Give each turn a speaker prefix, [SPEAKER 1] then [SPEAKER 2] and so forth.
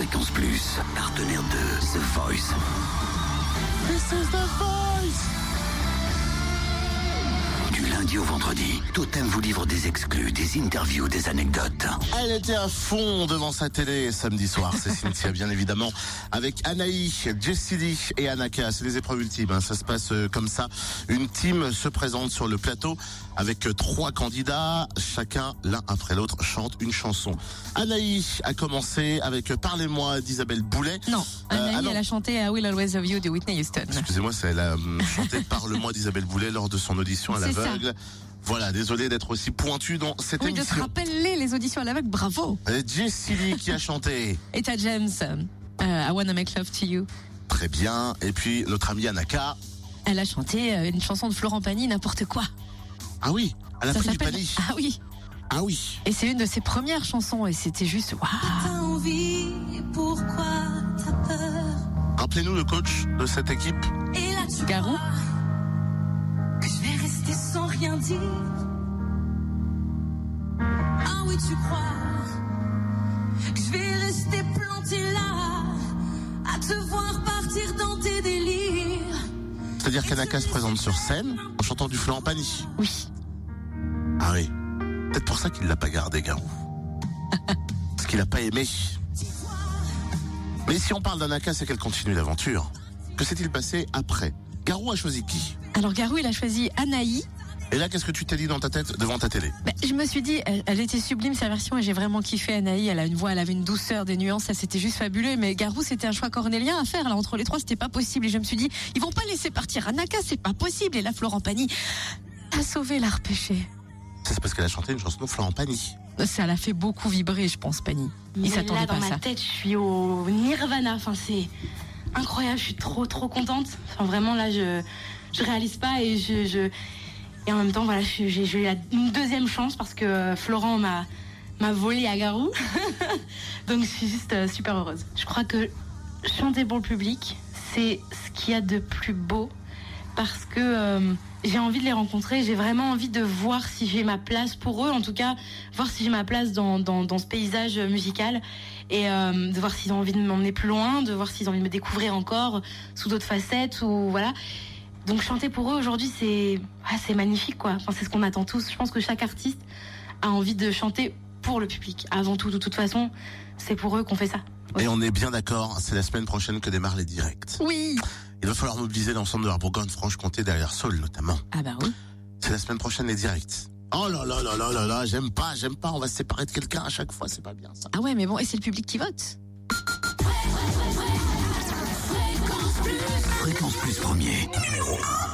[SPEAKER 1] 14 plus, partenaire de The Voice.
[SPEAKER 2] This is the voice.
[SPEAKER 1] Du lundi au vendredi, Totem vous livre des exclus, des interviews, des anecdotes.
[SPEAKER 3] Elle était à fond devant sa télé samedi soir, c'est Cynthia bien évidemment, avec Anaï, Jessily et Anaka. C'est les épreuves ultimes, hein. ça se passe euh, comme ça. Une team se présente sur le plateau avec euh, trois candidats, chacun l'un après l'autre chante une chanson. Anaï a commencé avec euh, Parlez-moi d'Isabelle Boulet.
[SPEAKER 4] Non,
[SPEAKER 3] Euh,
[SPEAKER 4] Anaï,
[SPEAKER 3] ah non.
[SPEAKER 4] elle a chanté I Will Always Love You de Whitney Houston.
[SPEAKER 3] Excusez-moi, c'est elle a hum, chanté Parle-moi d'Isabelle Boulet lors de son audition à
[SPEAKER 4] C'est ça.
[SPEAKER 3] l'aveugle. Voilà, désolé d'être aussi pointu dans cette
[SPEAKER 4] Oui, de te
[SPEAKER 3] émission.
[SPEAKER 4] rappeler les auditions à l'aveugle, bravo
[SPEAKER 3] Euh, Jessily qui a chanté.
[SPEAKER 4] Et t'as James, euh, euh, I Wanna Make Love to You.
[SPEAKER 3] Très bien. Et puis notre amie Anaka.
[SPEAKER 4] Elle a chanté euh, une chanson de Florent Pagny, n'importe quoi.
[SPEAKER 3] Ah oui, elle a
[SPEAKER 4] Ça
[SPEAKER 3] pris du
[SPEAKER 4] s'appelle...
[SPEAKER 3] panier.
[SPEAKER 4] Ah oui
[SPEAKER 3] Ah oui.
[SPEAKER 4] Et c'est une de ses premières chansons, et c'était juste waouh
[SPEAKER 2] T'as envie, et pourquoi t'as peur
[SPEAKER 3] Rappelez-nous le coach de cette équipe.
[SPEAKER 2] Et là tu
[SPEAKER 4] Garou
[SPEAKER 2] crois que je vais rester sans rien dire. Ah oui, tu crois que je vais rester planté là, à te voir partir dans tes délires.
[SPEAKER 3] C'est-à-dire qu'Anaka se présente sur scène en chantant du flan en panier.
[SPEAKER 4] Oui,
[SPEAKER 3] Ah oui. Peut-être pour ça qu'il l'a pas gardé, Garou. Parce qu'il a pas aimé. Mais si on parle d'Anaka, c'est qu'elle continue l'aventure. Que s'est-il passé après Garou a choisi qui
[SPEAKER 4] alors Garou, il a choisi Anaï.
[SPEAKER 3] Et là, qu'est-ce que tu t'es dit dans ta tête devant ta télé
[SPEAKER 4] Ben, je me suis dit, elle, elle était sublime sa version et j'ai vraiment kiffé Anaï. Elle a une voix, elle avait une douceur, des nuances, ça c'était juste fabuleux. Mais Garou, c'était un choix cornélien à faire. Là, entre les trois, c'était pas possible. Et je me suis dit, ils vont pas laisser partir Anaka, c'est pas possible. Et là, Florent Pagny a sauvé l'a repêché.
[SPEAKER 3] Ça, C'est parce qu'elle a chanté une chanson de flan en panier.
[SPEAKER 4] Ça l'a fait beaucoup vibrer, je pense, Pagny.
[SPEAKER 5] Mais
[SPEAKER 4] Il s'attendait
[SPEAKER 5] là,
[SPEAKER 4] pas
[SPEAKER 5] dans
[SPEAKER 4] à
[SPEAKER 5] ma
[SPEAKER 4] ça.
[SPEAKER 5] tête, je suis au Nirvana. Enfin, c'est incroyable. Je suis trop, trop contente. Enfin, vraiment, là, je, je réalise pas et je, je- et en même temps, voilà, je- j'ai j'ai eu la- une deuxième chance parce que euh, Florent m'a m'a volé à Garou. Donc, je suis juste euh, super heureuse. Je crois que chanter pour le public, c'est ce qu'il y a de plus beau parce que euh, j'ai envie de les rencontrer, j'ai vraiment envie de voir si j'ai ma place pour eux, en tout cas, voir si j'ai ma place dans, dans, dans ce paysage euh, musical, et euh, de voir s'ils ont envie de m'emmener plus loin, de voir s'ils ont envie de me découvrir encore sous d'autres facettes, ou voilà. Donc chanter pour eux aujourd'hui, c'est ah, c'est magnifique, quoi. Enfin, c'est ce qu'on attend tous. Je pense que chaque artiste a envie de chanter pour le public. Avant tout, de toute façon, c'est pour eux qu'on fait ça.
[SPEAKER 3] Et on est bien d'accord, c'est la semaine prochaine que démarrent les directs.
[SPEAKER 4] Oui.
[SPEAKER 3] Il va falloir mobiliser l'ensemble de la Bourgogne-Franche-Comté derrière Saul notamment.
[SPEAKER 4] Ah bah oui.
[SPEAKER 3] C'est la semaine prochaine les directs. Oh là là là là là là, j'aime pas, j'aime pas, on va se séparer de quelqu'un à chaque fois, c'est pas bien ça.
[SPEAKER 4] Ah ouais, mais bon, et c'est le public qui vote.
[SPEAKER 1] Fréquence plus premier, numéro 1.